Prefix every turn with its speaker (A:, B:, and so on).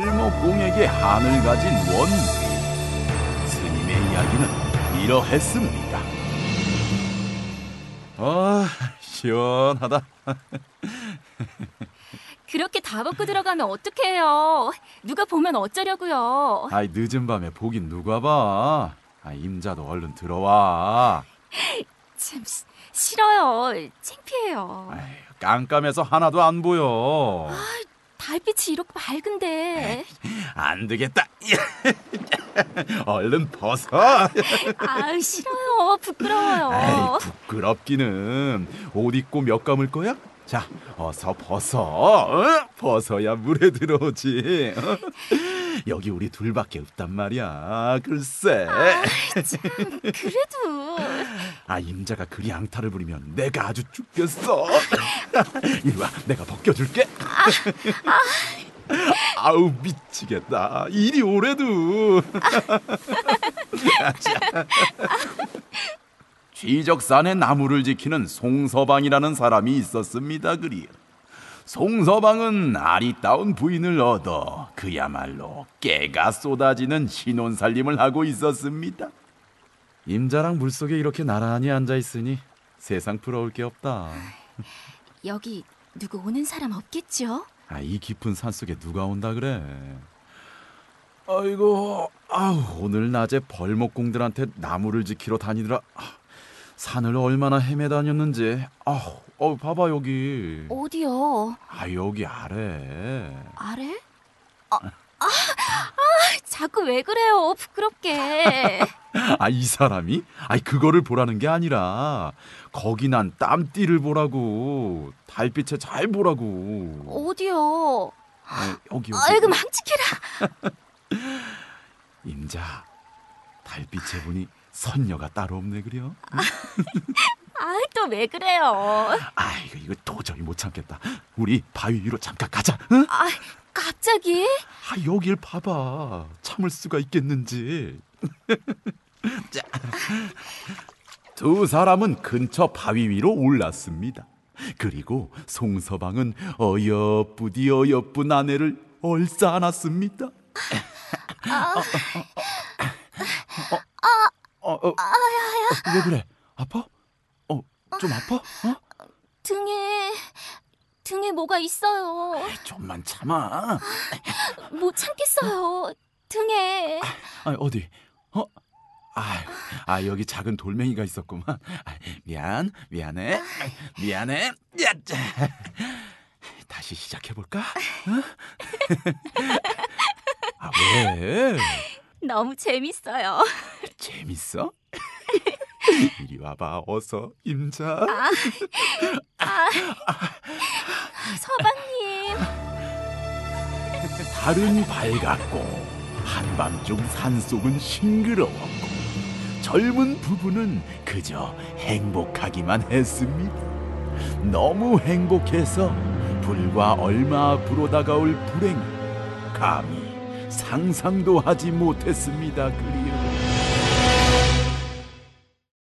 A: 벌목공에게 한을 가진 원귀 스님의 이야기는 이러했습니다. 아 시원하다.
B: 그렇게 다 벗고 들어가면 어떡해요? 누가 보면 어쩌려고요?
A: 아이 늦은 밤에 보긴 누가 봐. 아 임자도 얼른 들어와.
B: 참 시- 싫어요. 창피해요.
A: 아이, 깜깜해서 하나도 안 보여.
B: 달빛이 이렇게 맑은데.
A: 안 되겠다. 얼른 벗어.
B: 아, 싫어요.
A: 에이,
B: 부끄러워요.
A: 부끄럽기는 옷 입고 몇 감을 거야? 자, 어서 벗어. 어? 벗어야 물에 들어오지. 어? 여기 우리 둘밖에 없단 말이야. 글쎄.
B: 그래도
A: 아 임자가 그리 앙탈을 부리면 내가 아주 죽겠어. 이리 와, 내가 벗겨줄게. 아우 미치겠다. 이리 오래도. 쥐적산의 나무를 지키는 송서방이라는 사람이 있었습니다. 그리. 송서방은 아리따운 부인을 얻어 그야말로 깨가 쏟아지는 신혼살림을 하고 있었습니다. 임자랑 물속에 이렇게 나란히 앉아 있으니 세상 부러울 게 없다.
B: 여기 누구 오는 사람 없겠죠?
A: 아, 이 깊은 산 속에 누가 온다 그래? 아이고, 아우 오늘 낮에 벌목공들한테 나무를 지키러 다니느라 아, 산을 얼마나 헤매 다녔는지. 아우, 어, 봐봐 여기.
B: 어디요?
A: 아 여기 아래.
B: 아래? 아, 아, 아, 자꾸 왜 그래요? 부끄럽게.
A: 아 이 사람이? 아이 그거를 보라는 게 아니라 거기 난 땀띠를 보라고 달빛에 잘 보라고.
B: 어디요?
A: 아, 여기 여기.
B: 아이고 망치켜라.
A: 임자 달빛에 보니 선녀가 따로 없네 그려
B: 아, 또 왜 그래요?
A: 아이고 이거 도저히 못 참겠다 우리 바위 위로 잠깐 가자 응?
B: 아, 갑자기?
A: 아 여길 봐봐 참을 수가 있겠는지 자. 두 사람은 근처 바위 위로 올랐습니다 그리고 송서방은 어여쁘디 어여쁜 아내를 얼싸 안았습니다 어, 어, 어, 왜 그래? 아파? 어, 좀 아파? 어?
B: 등에 등에 뭐가 있어요.
A: 좀만 참아.
B: 못 참겠어요. 등에
A: 아, 어디? 어? 아, 아 여기 작은 돌멩이가 있었구만. 아, 미안, 미안해, 아, 미안해. 야, 자. 다시 시작해 볼까? 어? 아 왜?
B: 너무 재밌어요.
A: 재밌어? 이리 와봐, 어서 임자.
B: 서방님.
A: 달은 밝았고 한밤중 산속은 싱그러웠고 젊은 부부는 그저 행복하기만 했습니다. 너무 행복해서 불과 얼마 앞으로 다가올 불행 감히 상상도 하지 못했습니다. 그리요.